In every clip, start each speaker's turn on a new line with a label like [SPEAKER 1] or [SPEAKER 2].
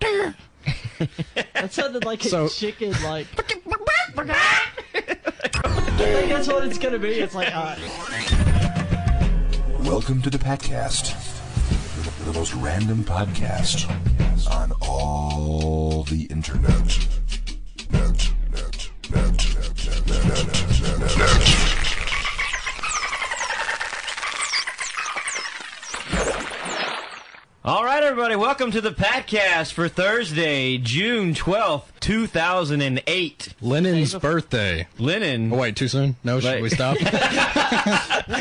[SPEAKER 1] here.
[SPEAKER 2] That sounded like a
[SPEAKER 1] So-
[SPEAKER 2] chicken, like. I think that's what it's gonna be. It's like, uh,
[SPEAKER 3] Welcome to the Patcast, the most random podcast on all the internet. Net, net, net, net, net, net, net, net, net, net.
[SPEAKER 4] All right, everybody, welcome to the Patcast for Thursday, June 12th, 2008.
[SPEAKER 1] Lennon's birthday.
[SPEAKER 4] Lennon.
[SPEAKER 1] Oh, wait, too soon? No, should
[SPEAKER 4] Wait.
[SPEAKER 1] we stop?
[SPEAKER 2] we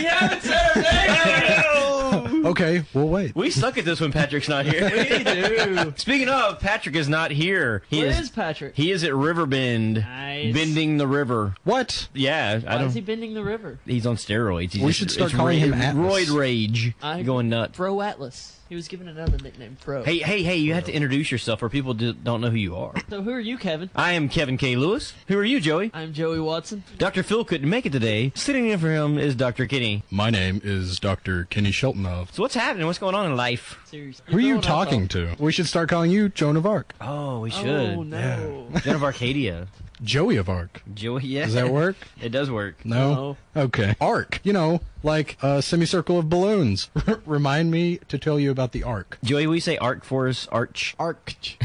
[SPEAKER 2] haven't said our
[SPEAKER 1] okay, we'll wait.
[SPEAKER 4] We suck at this when Patrick's not here.
[SPEAKER 2] name. Dude,
[SPEAKER 4] Speaking of, Patrick is not here. He
[SPEAKER 2] where
[SPEAKER 4] is.
[SPEAKER 2] is Patrick?
[SPEAKER 4] he is at Riverbend,
[SPEAKER 2] Nice.
[SPEAKER 4] bending the river.
[SPEAKER 1] What?
[SPEAKER 4] Yeah, I
[SPEAKER 2] Why
[SPEAKER 4] don't.
[SPEAKER 2] is he bending the river?
[SPEAKER 4] he's on steroids. He's
[SPEAKER 1] We
[SPEAKER 4] just-
[SPEAKER 1] should start
[SPEAKER 4] it's
[SPEAKER 1] calling
[SPEAKER 4] ra-
[SPEAKER 1] him Atlas.
[SPEAKER 4] Roid Rage.
[SPEAKER 2] I-
[SPEAKER 4] going nuts.
[SPEAKER 2] Bro Atlas. He was given another nickname, Bro.
[SPEAKER 4] Hey, hey, hey! You have to introduce yourself, or people do, don't know who you are.
[SPEAKER 2] So who are you, Kevin?
[SPEAKER 4] I am Kevin K. Lewis. Who are you, Joey?
[SPEAKER 2] I'm Joey Watson.
[SPEAKER 4] Dr. Phil couldn't make it today. Sitting in for him is Dr. Kenny.
[SPEAKER 5] My name is Dr. Kenny Sheltonov.
[SPEAKER 4] So what's happening? What's going on in life?
[SPEAKER 2] Seriously.
[SPEAKER 1] Who are you
[SPEAKER 2] You're going off
[SPEAKER 1] talking to? We should start calling you Joan of Arc.
[SPEAKER 4] Oh, we should.
[SPEAKER 2] topic. Oh no.
[SPEAKER 4] Joan of Arcadia.
[SPEAKER 1] Joey of Arc.
[SPEAKER 4] Joey, yeah.
[SPEAKER 1] Does that work?
[SPEAKER 4] It does work.
[SPEAKER 1] No? Okay. Arc. You know, like a semicircle of balloons. Remind me to tell you about the arc.
[SPEAKER 4] Joey, we say arc for us, arch.
[SPEAKER 2] Arched.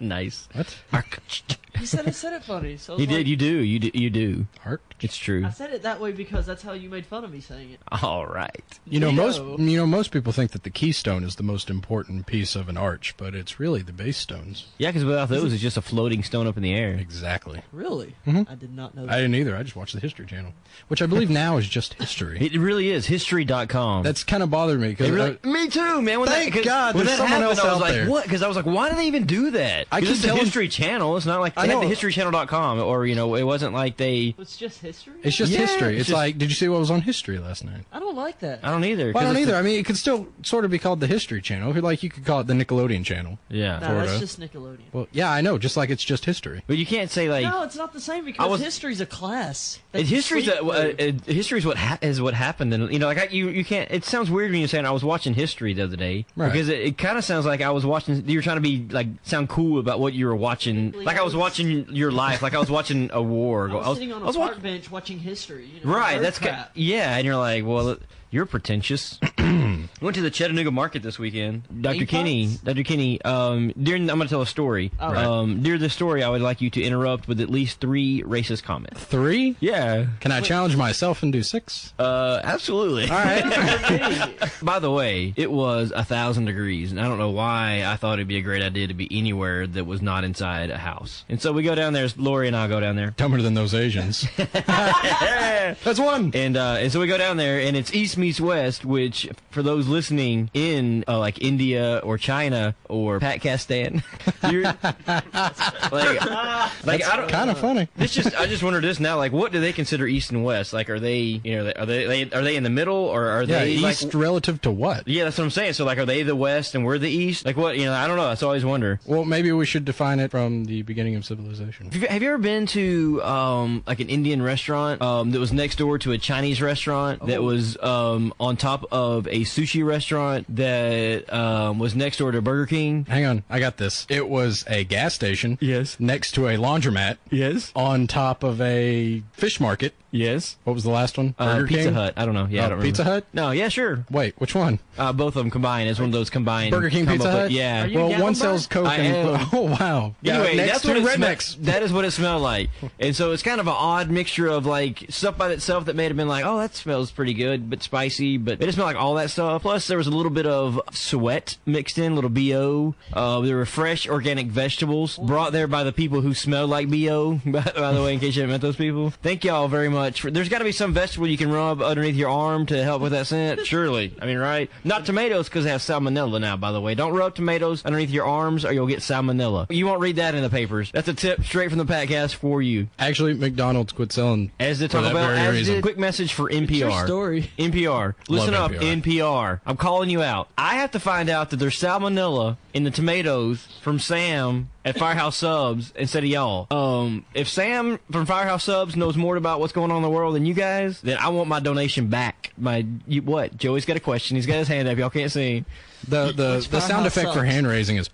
[SPEAKER 4] Nice.
[SPEAKER 1] What?
[SPEAKER 4] Arch.
[SPEAKER 2] You said I said it funny. So I was
[SPEAKER 4] You did,
[SPEAKER 2] like-
[SPEAKER 4] you do, you do, you do.
[SPEAKER 1] Arc?
[SPEAKER 4] It's true.
[SPEAKER 2] I said it that way because that's how you made fun of me saying it.
[SPEAKER 4] All right.
[SPEAKER 1] You know,
[SPEAKER 2] Leo.
[SPEAKER 1] most you know most people think that the keystone is the most important piece of an arch, but it's really the base stones.
[SPEAKER 4] Yeah, because without those, it's just a floating stone up in the air.
[SPEAKER 1] Exactly.
[SPEAKER 2] Really?
[SPEAKER 4] Mm-hmm.
[SPEAKER 2] I did not know
[SPEAKER 1] I
[SPEAKER 2] that.
[SPEAKER 1] didn't either. I just watched the History Channel, which I believe now is just history.
[SPEAKER 4] It really is. History.com.
[SPEAKER 1] That's kind of bothered me uh,
[SPEAKER 4] It
[SPEAKER 1] because
[SPEAKER 4] really, me too, man. When
[SPEAKER 1] Thank
[SPEAKER 4] that, 'cause
[SPEAKER 1] God
[SPEAKER 4] when
[SPEAKER 1] there's
[SPEAKER 4] that
[SPEAKER 1] someone
[SPEAKER 4] happened,
[SPEAKER 1] else
[SPEAKER 4] I was
[SPEAKER 1] out
[SPEAKER 4] like,
[SPEAKER 1] there.
[SPEAKER 4] "What?" Because I was like, "Why do they even do that?"
[SPEAKER 1] I
[SPEAKER 4] 'Cause
[SPEAKER 1] keep
[SPEAKER 4] it's the
[SPEAKER 1] telling-
[SPEAKER 4] History Channel. It's not like they
[SPEAKER 1] I
[SPEAKER 4] had the
[SPEAKER 1] know.
[SPEAKER 4] History Channel.com, or you know, it wasn't like they.
[SPEAKER 2] It's just history?
[SPEAKER 1] it's just
[SPEAKER 4] Yeah,
[SPEAKER 1] history.
[SPEAKER 4] it's
[SPEAKER 1] It's,
[SPEAKER 4] just-
[SPEAKER 1] like, did you see what was on history last night?
[SPEAKER 2] I don't like that.
[SPEAKER 4] I don't either.
[SPEAKER 1] Well, I
[SPEAKER 4] 'cause
[SPEAKER 1] don't
[SPEAKER 4] it's
[SPEAKER 1] either.
[SPEAKER 4] the-
[SPEAKER 1] I mean, it could still sort of be called the History Channel. Like you could call it the Nickelodeon Channel.
[SPEAKER 4] yeah,
[SPEAKER 2] no,
[SPEAKER 1] Florida.
[SPEAKER 2] that's just Nickelodeon.
[SPEAKER 1] Well, yeah, I know. Just like it's just history.
[SPEAKER 4] but you can't say like.
[SPEAKER 2] No, it's not the same because
[SPEAKER 4] was-
[SPEAKER 2] history's a class. That
[SPEAKER 4] It,
[SPEAKER 2] you
[SPEAKER 4] history's
[SPEAKER 2] sleep
[SPEAKER 4] a, uh,
[SPEAKER 2] through.
[SPEAKER 4] it, history's what ha- is what happened, and you know, like I, you, you can't. It sounds weird when you're saying I was watching history the other day
[SPEAKER 1] Right.
[SPEAKER 4] because it, it kind of sounds like I was watching. You were trying to be like sound cool about what you were watching, like I was watching your life, like I was watching a war.
[SPEAKER 2] I was sitting on a
[SPEAKER 4] I was
[SPEAKER 2] park
[SPEAKER 4] wa-
[SPEAKER 2] bench watching history. You know,
[SPEAKER 4] Right,
[SPEAKER 2] nerd
[SPEAKER 4] that's ca-
[SPEAKER 2] crap.
[SPEAKER 4] yeah, and you're like, well, you're pretentious. We went to the Chattanooga market this weekend. Dr.
[SPEAKER 2] Bean
[SPEAKER 4] Kinney,
[SPEAKER 2] pots?
[SPEAKER 4] Dr. Kinney, um, during I'm going to tell a story.
[SPEAKER 2] Oh. Right.
[SPEAKER 4] Um, during the story, I would like you to interrupt with at least three racist comments.
[SPEAKER 1] Three?
[SPEAKER 4] Yeah,
[SPEAKER 1] Can I challenge myself and do six?
[SPEAKER 4] uh, absolutely.
[SPEAKER 1] All right.
[SPEAKER 4] By the way, it was a thousand degrees, and I don't know why I thought it'd be a great idea to be anywhere that was not inside a house. And so we go down there. Lori and I go down there.
[SPEAKER 1] Dumber than those Asians. That's one.
[SPEAKER 4] And uh, and so we go down there, and it's east meets west, which for those listening in uh, like India or China or Pakistan, you're like, like I don't.
[SPEAKER 1] Kind of funny.
[SPEAKER 4] This just I just wondered this now, like what do they consider east and west? Like are they you know are they, they are they in the middle or are
[SPEAKER 1] Yeah,
[SPEAKER 4] they like-
[SPEAKER 1] east relative to what?
[SPEAKER 4] yeah, that's what I'm saying. So like are they the west and we're the east? Like what you know I don't know. That's always wonder.
[SPEAKER 1] Well, maybe we should define it from the beginning of civilization.
[SPEAKER 4] Have you, have you ever been to um, like an Indian restaurant um, that was next door to a Chinese restaurant that was um, on top of a sushi restaurant that um, was next door to Burger King?
[SPEAKER 1] Hang on, I got this. It was a gas station.
[SPEAKER 4] Yes.
[SPEAKER 1] Next to a laundromat.
[SPEAKER 4] Yes.
[SPEAKER 1] On top of a fish market.
[SPEAKER 4] Yes.
[SPEAKER 1] What was the last one?
[SPEAKER 4] Uh,
[SPEAKER 1] Burger
[SPEAKER 4] Pizza
[SPEAKER 1] King?
[SPEAKER 4] Hut. I don't know. Yeah,
[SPEAKER 1] Uh,
[SPEAKER 4] I don't remember.
[SPEAKER 1] Pizza Hut?
[SPEAKER 4] No. Yeah, sure.
[SPEAKER 1] Wait, which one?
[SPEAKER 4] Uh, both of them combined. It's one of those combined.
[SPEAKER 1] Burger King,
[SPEAKER 4] combo
[SPEAKER 1] Pizza
[SPEAKER 4] pla-
[SPEAKER 1] Hut.
[SPEAKER 4] Yeah.
[SPEAKER 2] you-
[SPEAKER 1] Well,
[SPEAKER 2] down,
[SPEAKER 1] one
[SPEAKER 2] Bert?
[SPEAKER 1] sells Coke
[SPEAKER 4] I
[SPEAKER 1] and
[SPEAKER 4] am.
[SPEAKER 1] oh wow. Yeah,
[SPEAKER 4] Anyway,
[SPEAKER 1] next
[SPEAKER 4] that's what
[SPEAKER 1] to
[SPEAKER 4] it smell-
[SPEAKER 1] rednecks.
[SPEAKER 4] that is what it smelled like, and so it's kind of an odd mixture of like stuff by itself that may have been like, oh, that smells pretty good, but spicy, but it just smelled like all that stuff. Plus, there was a little bit of sweat mixed in, a little bo. Uh, there were fresh organic vegetables brought there by the people who smell like bo. By, by the way, in case you haven't met those people, thank y'all very much. For, there's got to be some vegetable you can rub underneath your arm to help with that scent, surely. I mean, right? Not tomatoes because they have salmonella now. By the way, don't rub tomatoes underneath your arms or you'll get salmonella. You won't read that in the papers. That's a tip straight from the podcast for you.
[SPEAKER 1] Actually, McDonald's quit selling.
[SPEAKER 4] As the
[SPEAKER 1] For
[SPEAKER 4] Taco
[SPEAKER 1] that
[SPEAKER 4] Bell,
[SPEAKER 1] very
[SPEAKER 4] as
[SPEAKER 1] reason.
[SPEAKER 4] did- quick message for NPR.
[SPEAKER 2] your story.
[SPEAKER 4] NPR. Listen
[SPEAKER 1] Love
[SPEAKER 4] up, NPR. I'm calling you out. I have to find out that there's salmonella in the tomatoes from Sam at Firehouse Subs instead of y'all. Um, if Sam from Firehouse Subs knows more about what's going on in the world than you guys, then I want my donation back. My you, what? Joey's got a question. He's got his hand up. Y'all can't see.
[SPEAKER 1] The the, the sound
[SPEAKER 2] Firehouse
[SPEAKER 1] effect for
[SPEAKER 2] sucks.
[SPEAKER 1] hand raising is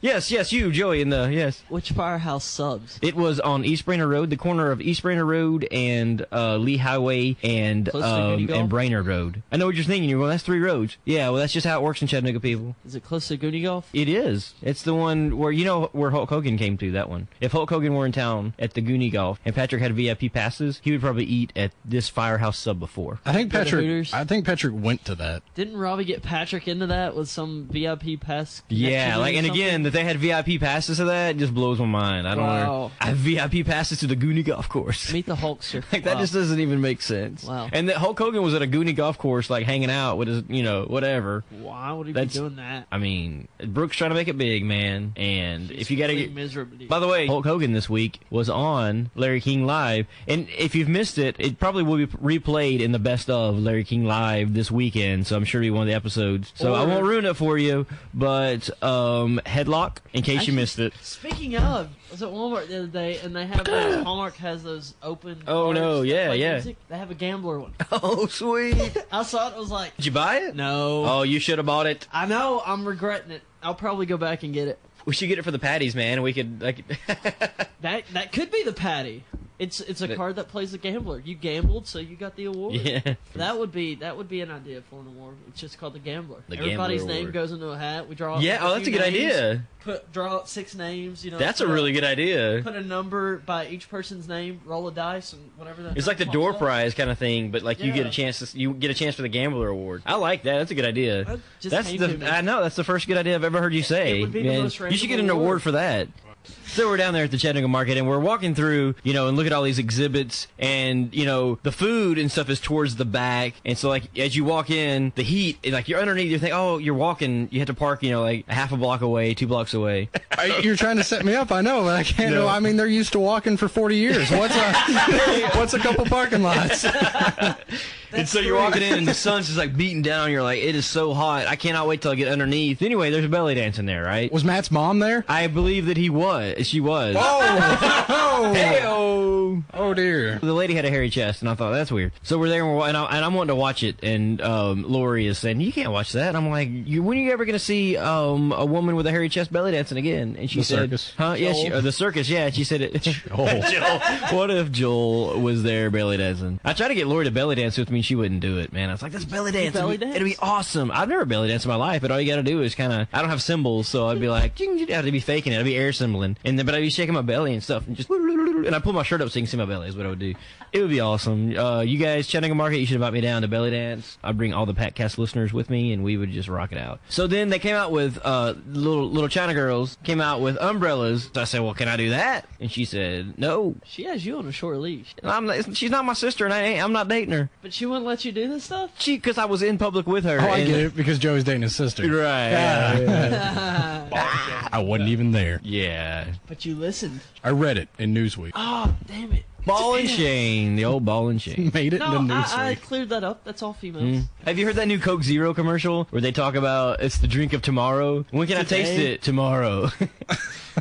[SPEAKER 4] Yes, yes, you, Joey, in the yes.
[SPEAKER 2] Which firehouse subs?
[SPEAKER 4] It was on East Brainerd Road, the corner of East Brainerd Road and uh, Lee Highway and
[SPEAKER 2] Close to Goody
[SPEAKER 4] um,
[SPEAKER 2] Gulch?
[SPEAKER 4] and Brainerd Road. I know what you're thinking. You're going, that's three roads. Yeah, well, that's just how it works in Chattanooga, people.
[SPEAKER 2] Is it close to Goody Golf?
[SPEAKER 4] It is. It's the one where you know where Hulk Hogan came to. That one. If Hulk Hogan were in town at the Goonie Golf and Patrick had VIP passes, he would probably eat at this firehouse sub before.
[SPEAKER 1] I think
[SPEAKER 2] Go to
[SPEAKER 1] Patrick.
[SPEAKER 2] Hooters.
[SPEAKER 1] I think Patrick went to that.
[SPEAKER 2] Didn't Robbie get Patrick into that with some VIP pass?
[SPEAKER 4] Yeah, like and again that they had VIP passes to that it just blows my mind. I don't
[SPEAKER 2] Wow.
[SPEAKER 4] know. I have VIP passes to the Goonie Golf Course.
[SPEAKER 2] Meet the Hulkster.
[SPEAKER 4] Like that
[SPEAKER 2] Wow.
[SPEAKER 4] just doesn't even make sense.
[SPEAKER 2] Wow.
[SPEAKER 4] And that Hulk Hogan was at a Goonie golf course, like hanging out with his, you know, whatever.
[SPEAKER 2] Why would he be
[SPEAKER 4] that's-
[SPEAKER 2] doing that?
[SPEAKER 4] I mean, Brooks trying to make it big, man. And if you got to
[SPEAKER 2] Really
[SPEAKER 4] get.
[SPEAKER 2] miserably.
[SPEAKER 4] By the way, Hulk Hogan this week was on Larry King Live, and if you've missed it, it probably will be replayed in the best of Larry King Live this weekend. So I'm sure it'll be one of the episodes. So I
[SPEAKER 2] Or-
[SPEAKER 4] won't ruin it for you, but um, Headlock, in case you missed it.
[SPEAKER 2] Speaking of, I was at Walmart the other day, and they have those, Hallmark has those open.
[SPEAKER 4] Oh,
[SPEAKER 2] cars
[SPEAKER 4] no,
[SPEAKER 2] that
[SPEAKER 4] yeah,
[SPEAKER 2] play
[SPEAKER 4] yeah.
[SPEAKER 2] music. They have a gambler one.
[SPEAKER 4] Oh, sweet! Did
[SPEAKER 2] I saw it. I was like,
[SPEAKER 4] you buy it?
[SPEAKER 2] no.
[SPEAKER 4] Oh, you should have bought it.
[SPEAKER 2] I know. I'm regretting it. I'll probably go back and get it.
[SPEAKER 4] We should get it for the patties, man. We could like.
[SPEAKER 2] That that could be the patty. It's it's a
[SPEAKER 4] That-
[SPEAKER 2] card that plays the gambler. You gambled, so you got the award.
[SPEAKER 4] Yeah.
[SPEAKER 2] That would be that would be an idea for an award. It's just called the gambler.
[SPEAKER 4] The Gambler
[SPEAKER 2] Everybody's name
[SPEAKER 4] Award.
[SPEAKER 2] goes into a hat. We draw. out
[SPEAKER 4] Yeah, oh, that's
[SPEAKER 2] few
[SPEAKER 4] a good
[SPEAKER 2] names,
[SPEAKER 4] idea.
[SPEAKER 2] Put draw out six names. You know,
[SPEAKER 4] That's a
[SPEAKER 2] put
[SPEAKER 4] really good idea.
[SPEAKER 2] Put a number by each person's name. Roll a dice and whatever. that
[SPEAKER 4] It's like the
[SPEAKER 2] number
[SPEAKER 4] door
[SPEAKER 2] pops up.
[SPEAKER 4] prize kind of thing, but like you get a
[SPEAKER 2] Yeah.
[SPEAKER 4] chance to you get a chance for the gambler award. I like that. That's a good idea.
[SPEAKER 2] That just
[SPEAKER 4] that's
[SPEAKER 2] came
[SPEAKER 4] the
[SPEAKER 2] to me.
[SPEAKER 4] I know that's the first good idea I've ever heard you say.
[SPEAKER 2] It would be the most
[SPEAKER 4] you should get
[SPEAKER 2] random
[SPEAKER 4] an award
[SPEAKER 2] award.
[SPEAKER 4] for that. So we're down there at the Chattanooga Market, and we're walking through, you know, and look at all these exhibits, and you know, the food and stuff is towards the back, and so like as you walk in, the heat, and, like you're underneath, you think, oh, you're walking, you have to park, you know, like half a block away, two blocks away.
[SPEAKER 1] I, you're trying to set me up. I know, but I can't. No. I mean, they're used to walking for 40 years. What's a what's a couple parking lots?
[SPEAKER 4] and so you're walking in, and the sun's just like beating down. You're like, it is so hot. I cannot wait till I get underneath. Anyway, there's a belly dance in there, right?
[SPEAKER 1] Was Matt's mom there?
[SPEAKER 4] I believe that he was. She was.
[SPEAKER 1] Oh, oh,
[SPEAKER 4] Hey-o.
[SPEAKER 1] oh dear.
[SPEAKER 4] The lady had a hairy chest, and I thought that's weird. So we're there, and, we're, wa- and, I, and I'm wanting to watch it, and um, Lori is saying, "You can't watch that." And I'm like, you, "When are you ever going to see um, a woman with a hairy chest belly dancing again?" And she
[SPEAKER 1] The
[SPEAKER 4] said,
[SPEAKER 1] circus.
[SPEAKER 4] "Huh? Yes, she- uh, the circus. Yeah." And she said, it,
[SPEAKER 1] Oh.
[SPEAKER 4] Joel. What if Joel was there belly dancing? I tried to get Lori to belly dance with me. She wouldn't do it, man. I was like, "That's belly dance.
[SPEAKER 2] belly
[SPEAKER 4] it'd, be,
[SPEAKER 2] dance?
[SPEAKER 4] it'd be awesome." I've never belly danced in my life, but all you got to do is kind of. I don't have cymbals, so I'd be like, "I'd have to be faking it. I'd be air cymbaling, and then but I'd be shaking my belly and stuff, and just and I pull my shirt up so you can see my belly. Is what I would do. It would be awesome. Uh, you guys, Chattanooga Market, you should invite me down to belly dance. I'd bring all the Patcast listeners with me, and we would just rock it out. So then they came out with uh, little little China girls came out with umbrellas. So I said, "Well, can I do that?" And she said, "No."
[SPEAKER 2] She has you on a short leash,
[SPEAKER 4] And I'm not, she's not my sister, and I ain't, I'm not dating her.
[SPEAKER 2] but she wouldn't let you do this stuff.
[SPEAKER 4] She, because I was in public with her.
[SPEAKER 1] Oh, I
[SPEAKER 4] and-
[SPEAKER 1] get it because Joey's dating his sister.
[SPEAKER 4] Right. Yeah.
[SPEAKER 1] I wasn't even there.
[SPEAKER 4] yeah.
[SPEAKER 2] But you listened.
[SPEAKER 1] I read it in Newsweek.
[SPEAKER 2] Oh, damn it!
[SPEAKER 4] Ball and chain, the old ball and chain.
[SPEAKER 1] Made it
[SPEAKER 2] No,
[SPEAKER 1] in the
[SPEAKER 2] I, I
[SPEAKER 1] Newsweek.
[SPEAKER 2] cleared that up. That's all females.
[SPEAKER 4] Have you heard that new Coke Zero commercial where they talk about it's the drink of tomorrow? When can I taste
[SPEAKER 2] Today.
[SPEAKER 4] it? Tomorrow.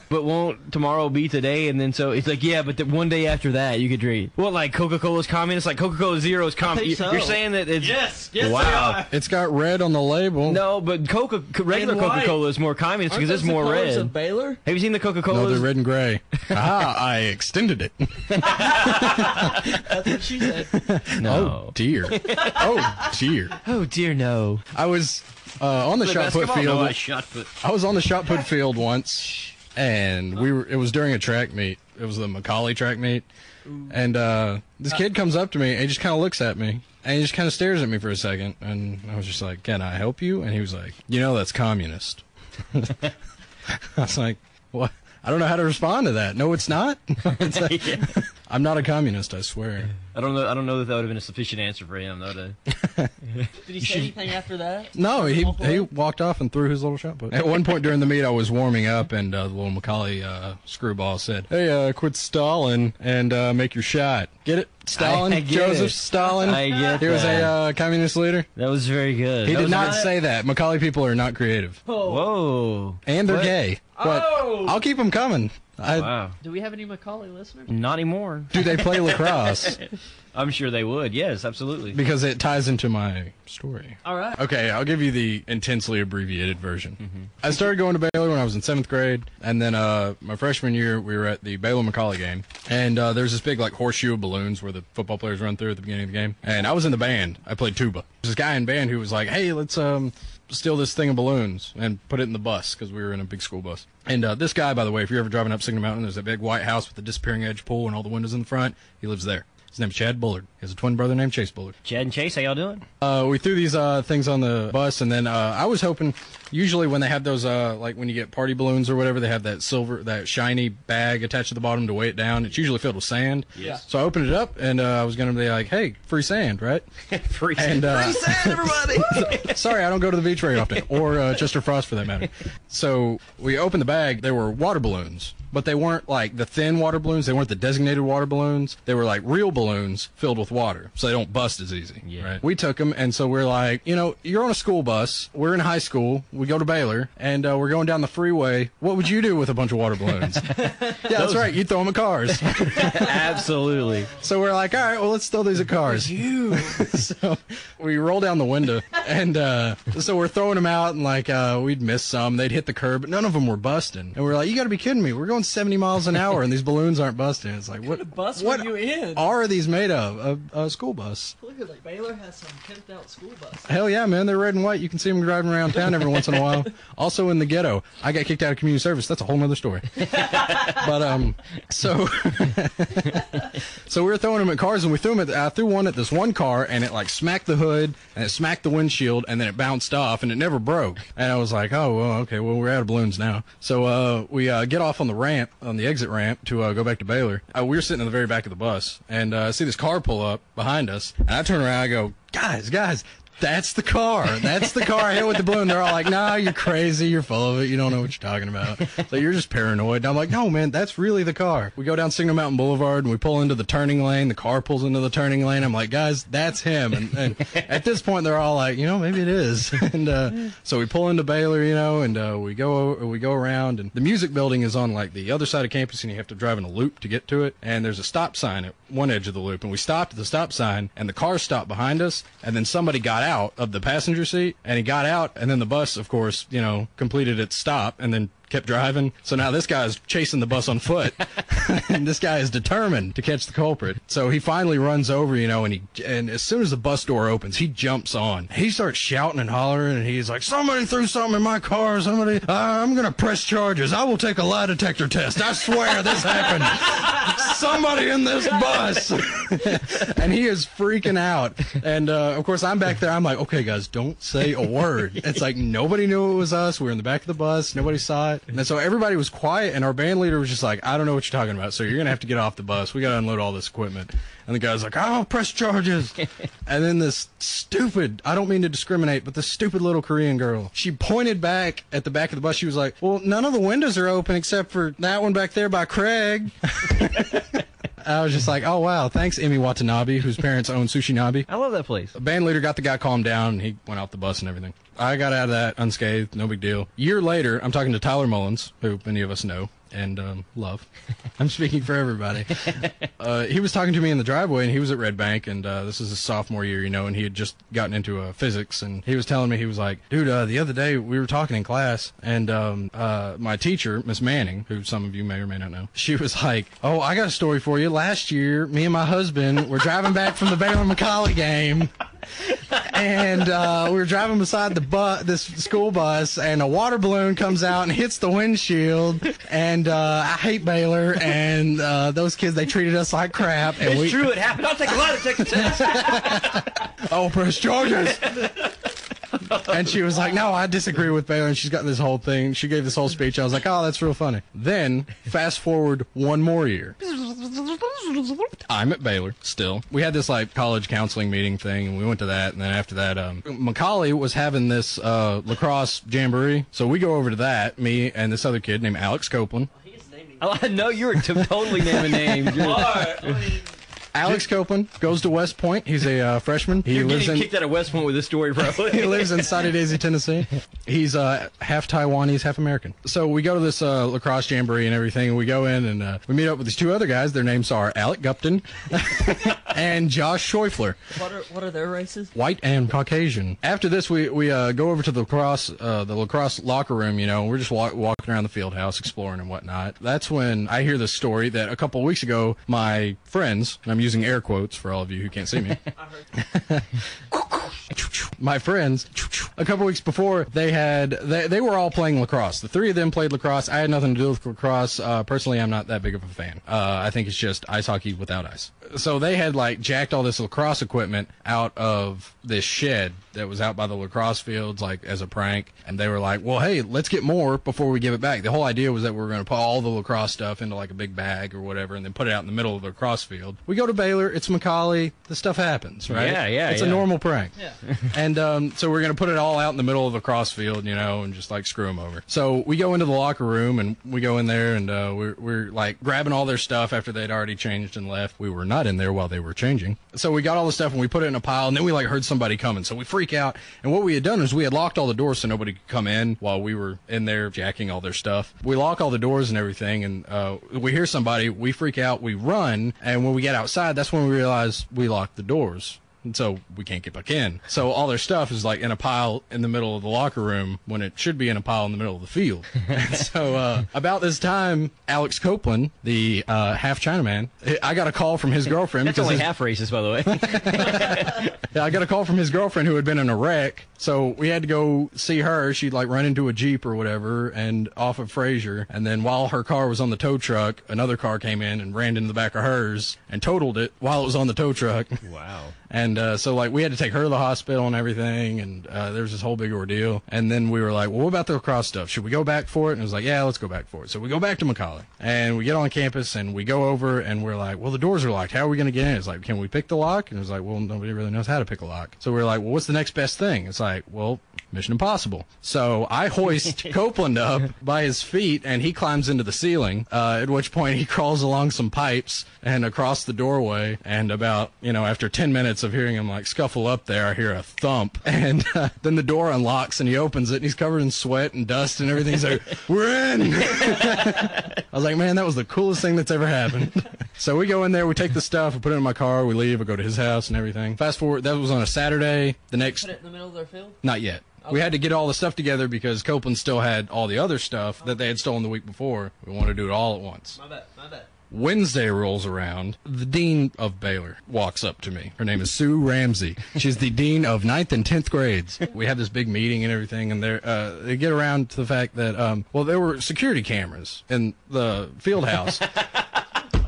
[SPEAKER 4] but won't tomorrow be today? And then so it's like, yeah, but the one day after that you could drink. What, like Coca Cola's communist? Like Coca Cola Zero is
[SPEAKER 2] think
[SPEAKER 4] communist.
[SPEAKER 2] so.
[SPEAKER 4] You're saying that it's.
[SPEAKER 2] Yes, yes, they
[SPEAKER 4] Wow.
[SPEAKER 2] are.
[SPEAKER 1] it's got red on the label.
[SPEAKER 4] No, but Coca regular
[SPEAKER 2] And white.
[SPEAKER 4] Coca Cola is more communist because it's more red.
[SPEAKER 2] Of Baylor.
[SPEAKER 4] Have you seen the Coca
[SPEAKER 1] No,
[SPEAKER 4] Cola?
[SPEAKER 1] they're red and gray. ah, I extended it.
[SPEAKER 2] That's what she said.
[SPEAKER 1] Oh dear. Oh dear.
[SPEAKER 4] Oh dear, no.
[SPEAKER 1] I was uh, on the, shot put field. I was on the shot put field once, and we were. It was during a track meet. It was the Macaulay track meet, and uh, this kid comes up to me and he just kind of looks at me and he just kind of stares at me for a second, and I was just like, "Can I help you?" And he was like, "You know that's communist." I was like, "What?" I don't know how to respond to that. No, it's not. It's like, I'm not a communist. I swear.
[SPEAKER 4] I don't know. I don't know that that would have been a sufficient answer for him. That would have-
[SPEAKER 2] Did he say anything after that?
[SPEAKER 1] No, he
[SPEAKER 2] Walk away?
[SPEAKER 1] he walked off and threw his little shot put. At one point during the meet, I was warming up, and uh, the little Macaulay uh, screwball said, "Hey, uh, quit stalling and uh, make your shot. Get it, Stalin?
[SPEAKER 4] I- I get
[SPEAKER 1] Joseph
[SPEAKER 4] it.
[SPEAKER 1] Stalin.
[SPEAKER 4] I get
[SPEAKER 1] He was
[SPEAKER 4] that.
[SPEAKER 1] a uh, communist leader.
[SPEAKER 4] that was very good.
[SPEAKER 1] He
[SPEAKER 4] That
[SPEAKER 1] did
[SPEAKER 4] was
[SPEAKER 1] not
[SPEAKER 4] very-
[SPEAKER 1] say that. Macaulay people are not creative,
[SPEAKER 2] Oh,
[SPEAKER 4] Whoa.
[SPEAKER 1] and they're
[SPEAKER 4] What?
[SPEAKER 1] gay. But
[SPEAKER 4] Oh!
[SPEAKER 1] I'll keep them coming. I,
[SPEAKER 4] Wow.
[SPEAKER 2] Do we have any Macaulay listeners?
[SPEAKER 4] Not anymore.
[SPEAKER 1] Do they play lacrosse?
[SPEAKER 4] I'm sure they would. Yes, absolutely.
[SPEAKER 1] Because it ties into my story.
[SPEAKER 2] All right.
[SPEAKER 1] Okay, I'll give you the intensely abbreviated version. I started going to Baylor when I was in seventh grade, and then uh, my freshman year we were at the Baylor Macaulay game, and uh, there's this big like horseshoe of balloons where the football players run through at the beginning of the game, and I was in the band. I played tuba. There's this guy in band who was like, "Hey, let's um." Steal this thing of balloons and put it in the bus because we were in a big school bus. And uh, this guy, by the way, if you're ever driving up Signal Mountain, there's that big white house with the disappearing edge pool and all the windows in the front. He lives there. His name's Chad Bullard. He has a twin brother named Chase Bullard.
[SPEAKER 4] Chad and Chase, how y'all doing?
[SPEAKER 1] Uh, we threw these uh, things on the bus, and then uh, I was hoping. Usually, when they have those, uh, like when you get party balloons or whatever, they have that silver, that shiny bag attached to the bottom to weigh it down. It's usually filled with sand.
[SPEAKER 4] Yes.
[SPEAKER 1] So I opened it up, and uh, I was gonna be like, "Hey, free sand, right?"
[SPEAKER 4] Free
[SPEAKER 1] And, uh,
[SPEAKER 4] Free sand, everybody.
[SPEAKER 1] Sorry, I don't go to the beach very often, or uh, Chester Frost for that matter. So we opened the bag. They were water balloons, but they weren't like the thin water balloons. They weren't the designated water balloons. They were like real balloons filled with water, so they don't bust as easy.
[SPEAKER 4] Yeah.
[SPEAKER 1] Right? We took them, and so we're like, you know, you're on a school bus. We're in high school. We go to Baylor, and uh, we're going down the freeway. What would you do with a bunch of water balloons? yeah, that's right. You throw them at cars.
[SPEAKER 4] Absolutely.
[SPEAKER 1] So we're like, all right, well, let's throw these at cars. You. so we roll down the window, and uh, so we're throwing them out, and like uh, we'd miss some, they'd hit the curb, but none of them were busting. And we're like, you got to be kidding me! We're going 70 miles an hour, and these balloons aren't busting. It's like, what
[SPEAKER 2] bus were
[SPEAKER 1] what
[SPEAKER 2] you in?
[SPEAKER 1] Are these made of a, a school bus?
[SPEAKER 2] Look at that. Baylor has some pimped out school bus.
[SPEAKER 1] Hell yeah, man! They're red and white. You can see them driving around town every once in a while. Also in the ghetto, I got kicked out of community service. That's a whole nother story. but um, so so we were throwing them at cars, and we threw them at. I threw one at this one car, and it like smacked the hood, and it smacked the windshield, and then it bounced off, and it never broke. And I was like, oh well, okay, well we're out of balloons now. So uh, we uh, get off on the ramp, on the exit ramp to uh, go back to Baylor. Uh, we were sitting in the very back of the bus, and uh, I see this car pull up behind us, and I turn around, I go, guys, guys. That's the car. That's the car I hit with the balloon. They're all like, "Nah, you're crazy. You're full of it. You don't know what you're talking about. So you're just paranoid." And I'm like, "No, man, that's really the car." We go down Signal Mountain Boulevard and we pull into the turning lane. The car pulls into the turning lane. I'm like, "Guys, that's him." And, and at this point, they're all like, "You know, maybe it is." And uh, so we pull into Baylor, you know, and uh, we go we go around, and the music building is on like the other side of campus, and you have to drive in a loop to get to it. And there's a stop sign at one edge of the loop, and we stopped at the stop sign, and the car stopped behind us, and then somebody got out of the passenger seat, and he got out, and then the bus, of course, you know, completed its stop, and then kept driving. So now this guy's chasing the bus on foot, and this guy is determined to catch the culprit. So he finally runs over, you know, and he and as soon as the bus door opens, he jumps on. He starts shouting and hollering, and he's like, "Somebody threw something in my car! Somebody! Uh, I'm gonna press charges! I will take a lie detector test! I swear this happened! Somebody in this bus!" and he is freaking out. And uh, of course, I'm back there. I'm like, okay, guys, don't say a word. It's like nobody knew it was us. We were in the back of the bus. Nobody saw it. And so everybody was quiet. And our band leader was just like, I don't know what you're talking about. So you're gonna have to get off the bus. We gotta unload all this equipment. And the guy's like, I'll press charges. and then this stupid, I don't mean to discriminate, but this stupid little Korean girl, she pointed back at the back of the bus. She was like, Well, none of the windows are open except for that one back there by Craig. I was just like, oh wow, thanks Emmy Watanabe, whose parents own Sushi Nabi.
[SPEAKER 4] I love that place.
[SPEAKER 1] Band leader got the guy calmed down, and he went off the bus and everything. I got out of that unscathed, no big deal. Year later, I'm talking to Tyler Mullins, who many of us know and um, love. I'm speaking for everybody. Uh, he was talking to me in the driveway, and he was at Red Bank, and uh, this is his sophomore year, you know, and he had just gotten into uh, physics, and he was telling me he was like, dude, uh, the other day we were talking in class, and um, uh, my teacher, Miss Manning, who some of you may or may not know, she was like, oh, I got a story for you. Last year, me and my husband were driving back from the Baylor Macaulay game and uh, we were driving beside the bu- this school bus, and a water balloon comes out and hits the windshield. And uh, I hate Baylor, and uh, those kids they treated us like crap. And we
[SPEAKER 4] True, it happened. I'll take a lie detector test.
[SPEAKER 1] oh press charges. And she was like, "No, I disagree with Baylor." And she's got this whole thing. She gave this whole speech. I was like, "Oh, that's real funny." Then fast forward one more year. I'm at Baylor still. We had this like college counseling meeting thing, and we went to that. And then after that, um, Macaulay was having this uh, lacrosse jamboree, so we go over to that. Me and this other kid named Alex Copeland.
[SPEAKER 2] He's naming.
[SPEAKER 4] Oh, I know you were t- totally naming names. You're-
[SPEAKER 2] I mean,
[SPEAKER 1] Alex Copeland goes to West Point. He's a uh, freshman. He
[SPEAKER 4] You're
[SPEAKER 1] lives
[SPEAKER 4] getting
[SPEAKER 1] in
[SPEAKER 4] kicked out of West Point with this story, bro.
[SPEAKER 1] he lives in Soddy Daisy, Tennessee. He's uh, half Taiwanese, half American. So we go to this uh, lacrosse jamboree and everything. And we go in and uh, we meet up with these two other guys. Their names are Alec Gupton and Josh Scheufler,
[SPEAKER 2] What are what are their races?
[SPEAKER 1] white and Caucasian. After this, we we uh, go over to the lacrosse uh, the lacrosse locker room. You know, we're just walk, walking around the field house, exploring and whatnot. That's when I hear this story that a couple weeks ago, my friends, and I'm using air quotes for all of you who can't see me. my friends a couple weeks before they had they, they were all playing lacrosse the three of them played lacrosse i had nothing to do with lacrosse uh, personally i'm not that big of a fan uh, i think it's just ice hockey without ice so they had like jacked all this lacrosse equipment out of this shed that was out by the lacrosse fields like as a prank and they were like well hey let's get more before we give it back the whole idea was that we were going to put all the lacrosse stuff into like a big bag or whatever and then put it out in the middle of the lacrosse field we go to baylor it's macaulay the stuff happens right
[SPEAKER 4] Yeah, yeah,
[SPEAKER 1] it's a
[SPEAKER 4] yeah.
[SPEAKER 1] normal normal prank.
[SPEAKER 2] Yeah.
[SPEAKER 1] and um, so we're gonna put it all out in the middle of the cross field, you know, and just like screw them over. So we go into the locker room and we go in there and uh, we're we're like grabbing all their stuff after they'd already changed and left. We were not in there while they were changing. So we got all the stuff and we put it in a pile and then we like heard somebody coming. So we freak out. And what we had done is we had locked all the doors so nobody could come in while we were in there jacking all their stuff. We lock all the doors and everything and uh, we hear somebody. We freak out. We run. And when we get outside, that's when we realize we locked the doors. And so we can't get back in. So all their stuff is like in a pile in the middle of the locker room when it should be in a pile in the middle of the field. And so uh, about this time, Alex Copeland, the uh, half Chinaman, I got a call from his girlfriend
[SPEAKER 4] That's
[SPEAKER 1] because
[SPEAKER 4] only
[SPEAKER 1] his-
[SPEAKER 4] half racist, by the way.
[SPEAKER 1] yeah, I got a call from his girlfriend who had been in a wreck, so we had to go see her. She'd like run into a jeep or whatever, and off of Fraser. And then while her car was on the tow truck, another car came in and ran into the back of hers and totaled it while it was on the tow truck.
[SPEAKER 4] wow.
[SPEAKER 1] And uh, so, like, we had to take her to the hospital and everything, and uh, there was this whole big ordeal. And then we were like, well, what about the lacrosse stuff? Should we go back for it? And it was like, yeah, let's go back for it. So we go back to Macaulay, and we get on campus, and we go over, and we're like, well, the doors are locked. How are we going to get in? It's like, can we pick the lock? And it was like, well, nobody really knows how to pick a lock. So we were like, well, what's the next best thing? It's like, well, Mission Impossible. So I hoist Copeland up by his feet, and he climbs into the ceiling. Uh, at which point he crawls along some pipes and across the doorway. And about you know, after ten minutes of hearing him like scuffle up there, I hear a thump, and uh, then the door unlocks and he opens it, and he's covered in sweat and dust and everything. He's like, "We're in." I was like, man, that was the coolest thing that's ever happened. so we go in there, we take the stuff, we put it in my car, we leave, we go to his house and everything. Fast forward, that was on a Saturday. The next
[SPEAKER 2] Put it in the middle of their field.
[SPEAKER 1] not yet. We had to get all the stuff together because Copeland still had all the other stuff that they had stolen the week before. We wanted to do it all at once.
[SPEAKER 2] My bad. My bad.
[SPEAKER 1] Wednesday rolls around. The dean of Baylor walks up to me. Her name is Sue Ramsey. She's the dean of ninth and tenth grades. We have this big meeting and everything, and they're, uh, they get around to the fact that um, well, there were security cameras in the field house.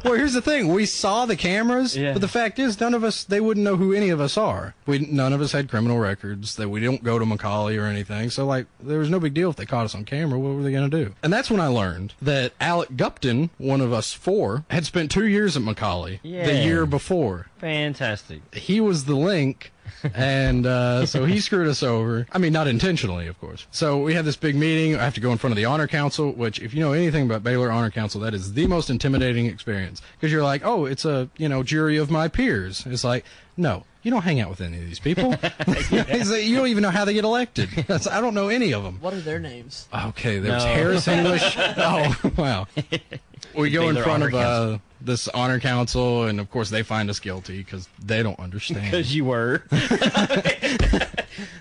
[SPEAKER 1] Well, here's the thing. We saw the cameras,
[SPEAKER 4] Yeah.
[SPEAKER 1] but the fact is, none of us, they wouldn't know who any of us are. We, none of us had criminal records, that we don't go to Macaulay or anything. So, like, there was no big deal if they caught us on camera. What were they going to do? And that's when I learned that Alec Gupton, one of us four, had spent two years at Macaulay the
[SPEAKER 4] Yeah.
[SPEAKER 1] year before.
[SPEAKER 4] Fantastic.
[SPEAKER 1] He was the link. and uh, so he screwed us over. I mean, not intentionally, of course. So we had this big meeting. I have to go in front of the honor council, which, if you know anything about Baylor honor council, that is the most intimidating experience because you're like, oh, it's a you know jury of my peers. It's like, no, you don't hang out with any of these people. It's like, you don't even know how they get elected. That's, I don't know any of them.
[SPEAKER 2] What are their names?
[SPEAKER 1] Okay, there's
[SPEAKER 4] No.
[SPEAKER 1] Harris English. oh wow. We go in
[SPEAKER 4] Baylor
[SPEAKER 1] front
[SPEAKER 4] Honor
[SPEAKER 1] of uh,
[SPEAKER 4] Council.
[SPEAKER 1] this honor council, and of course they find us guilty because they don't understand.
[SPEAKER 4] Because you were.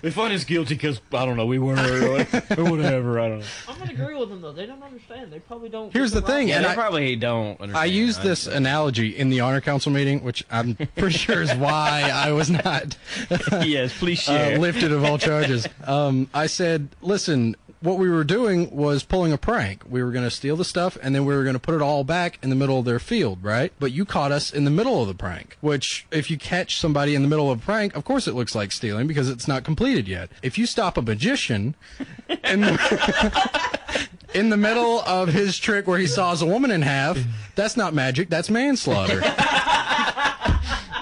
[SPEAKER 4] they find us guilty because, I don't know, we were. Or whatever, I don't know.
[SPEAKER 2] I'm gonna agree with them though. They don't understand. They probably don't.
[SPEAKER 1] Here's
[SPEAKER 2] get
[SPEAKER 1] the thing,
[SPEAKER 4] Yeah,
[SPEAKER 1] And
[SPEAKER 4] they
[SPEAKER 1] I-
[SPEAKER 4] probably don't understand.
[SPEAKER 1] I used this analogy in the honor council meeting, which I'm pretty sure is why I was not
[SPEAKER 4] yes, please
[SPEAKER 1] uh,
[SPEAKER 4] share.
[SPEAKER 1] lifted of all charges. Um, I said, listen, what we were doing was pulling a prank. We were going to steal the stuff and then we were going to put it all back in the middle of their field, right? But you caught us in the middle of the prank, which if you catch somebody in the middle of a prank, of course it looks like stealing because it's not completed yet. If you stop a magician and. in the middle of his trick where he saws a woman in half, that's not magic, that's manslaughter.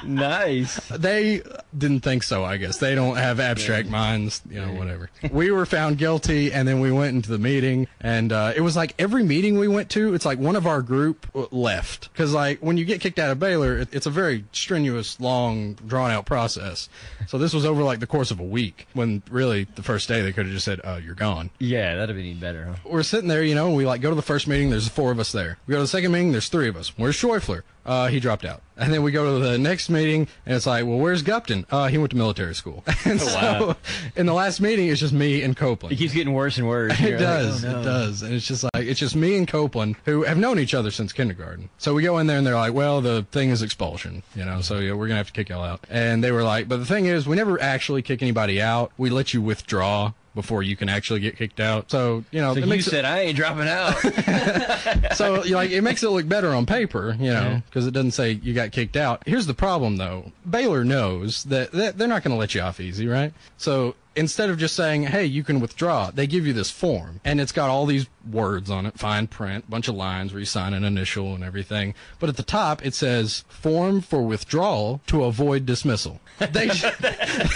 [SPEAKER 4] nice.
[SPEAKER 1] They didn't think so. I guess they don't have abstract minds, you know, whatever. we were found guilty, and then we went into the meeting, and uh, it was like every meeting we went to, it's like one of our group w- left because like when you get kicked out of Baylor, it, it's a very strenuous, long, drawn out process. So this was over like the course of a week. When really the first day they could have just said, "Oh, you're gone."
[SPEAKER 4] Yeah, that'd have been even better, huh?
[SPEAKER 1] we're sitting there, you know, and we like go to the first meeting, there's four of us there. We go to the second meeting, there's three of us. Where's Schäufler? Uh, he dropped out. And then we go to the next meeting, and it's like, well, where's Gupton? Uh, he went to military school. And
[SPEAKER 4] Oh,
[SPEAKER 1] so in the last meeting, it's just me and Copeland.
[SPEAKER 4] It keeps getting worse and worse. "Oh,
[SPEAKER 1] It does. It does. And it's just like it's just me and Copeland who have known each other since kindergarten. So we go in there and they're like, "Well, the thing is expulsion, you know. So yeah, we're gonna have to kick y'all out." And they were like, "But the thing is, we never actually kick anybody out. We let you withdraw." Before you can actually get kicked out, so you know
[SPEAKER 4] So
[SPEAKER 1] it
[SPEAKER 4] you
[SPEAKER 1] makes
[SPEAKER 4] said I ain't dropping out.
[SPEAKER 1] it, so you know, like it makes it look better on paper, you know, because it doesn't say you got kicked out. Here's the problem though: Baylor knows that that they're not going to let you off easy, right? So instead of just saying, "Hey, you can withdraw," they give you this form, and it's got all these words on it, fine print, bunch of lines where you sign an initial and everything. But at the top, it says "Form for withdrawal to avoid dismissal." They ju-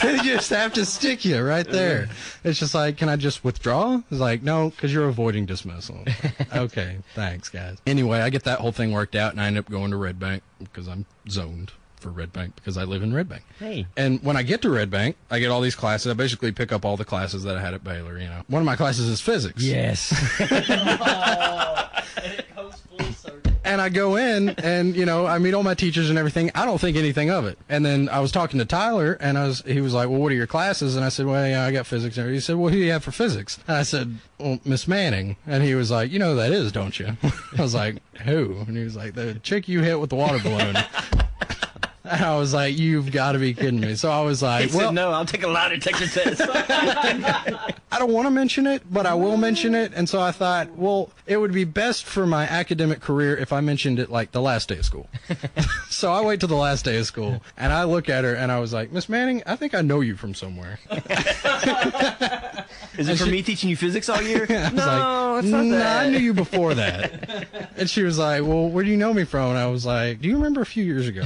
[SPEAKER 1] they just have to stick you right there. It's just like, "Can I just withdraw?" It's like, "No, because you're avoiding dismissal." okay, thanks, guys. Anyway, I get that whole thing worked out, and I end up going to Red Bank because I'm zoned for Red Bank because I live in Red Bank.
[SPEAKER 4] Hey.
[SPEAKER 1] And when I get to Red Bank, I get all these classes. I basically pick up all the classes that I had at Baylor. You know, one of my classes is physics.
[SPEAKER 4] yes.
[SPEAKER 2] and it comes full circle.
[SPEAKER 1] And I go in, and you know, I meet all my teachers and everything. I don't think anything of it. And then I was talking to Tyler, and I was he was like, "Well, what are your classes?" And I said, "Well, yeah, I got physics." And he said, "Well, who do you have for physics?" And I said, "Well, Miss Manning." And he was like, "You know who that is, don't you?" I was like, "Who?" And he was like, "The chick you hit with the water balloon." And I was like, "You've got to be kidding me!" So I was like,
[SPEAKER 4] He
[SPEAKER 1] "Well,
[SPEAKER 4] said no. I'll take a lie detector test.
[SPEAKER 1] I don't want to mention it, but I will mention it. And so I thought, well, it would be best for my academic career if I mentioned it like the last day of school. so I wait till the last day of school and I look at her and I was like, Miss Manning, I think I know you from somewhere.
[SPEAKER 4] Is it for me teaching you physics all year? no,
[SPEAKER 1] I was like,
[SPEAKER 4] it's not
[SPEAKER 1] "Nah,
[SPEAKER 4] that.
[SPEAKER 1] I knew you before that. and she was like, Well, where do you know me from? And I was like, Do you remember a few years ago?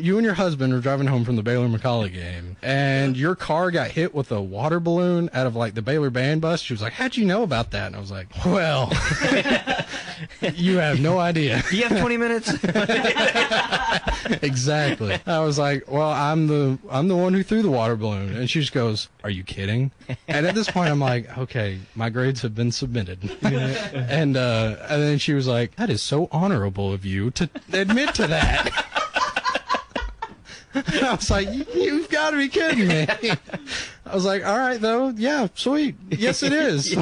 [SPEAKER 1] you and your husband were driving home from the Baylor Macaulay game, and your car got hit with a water balloon out of like the Baylor band bus. She was like, How'd you know about that? And I was like, Well, you have no idea.
[SPEAKER 4] Do you have 20 minutes?
[SPEAKER 1] exactly. I was like, "Well, I'm the I'm the one who threw the water balloon," and she just goes, "Are you kidding?" And at this point, I'm like, "Okay, my grades have been submitted," and uh, and then she was like, "That is so honorable of you to admit to that." And I was like, "You've got to be kidding me!" I was like, "All right, though, yeah, sweet, yes, it is."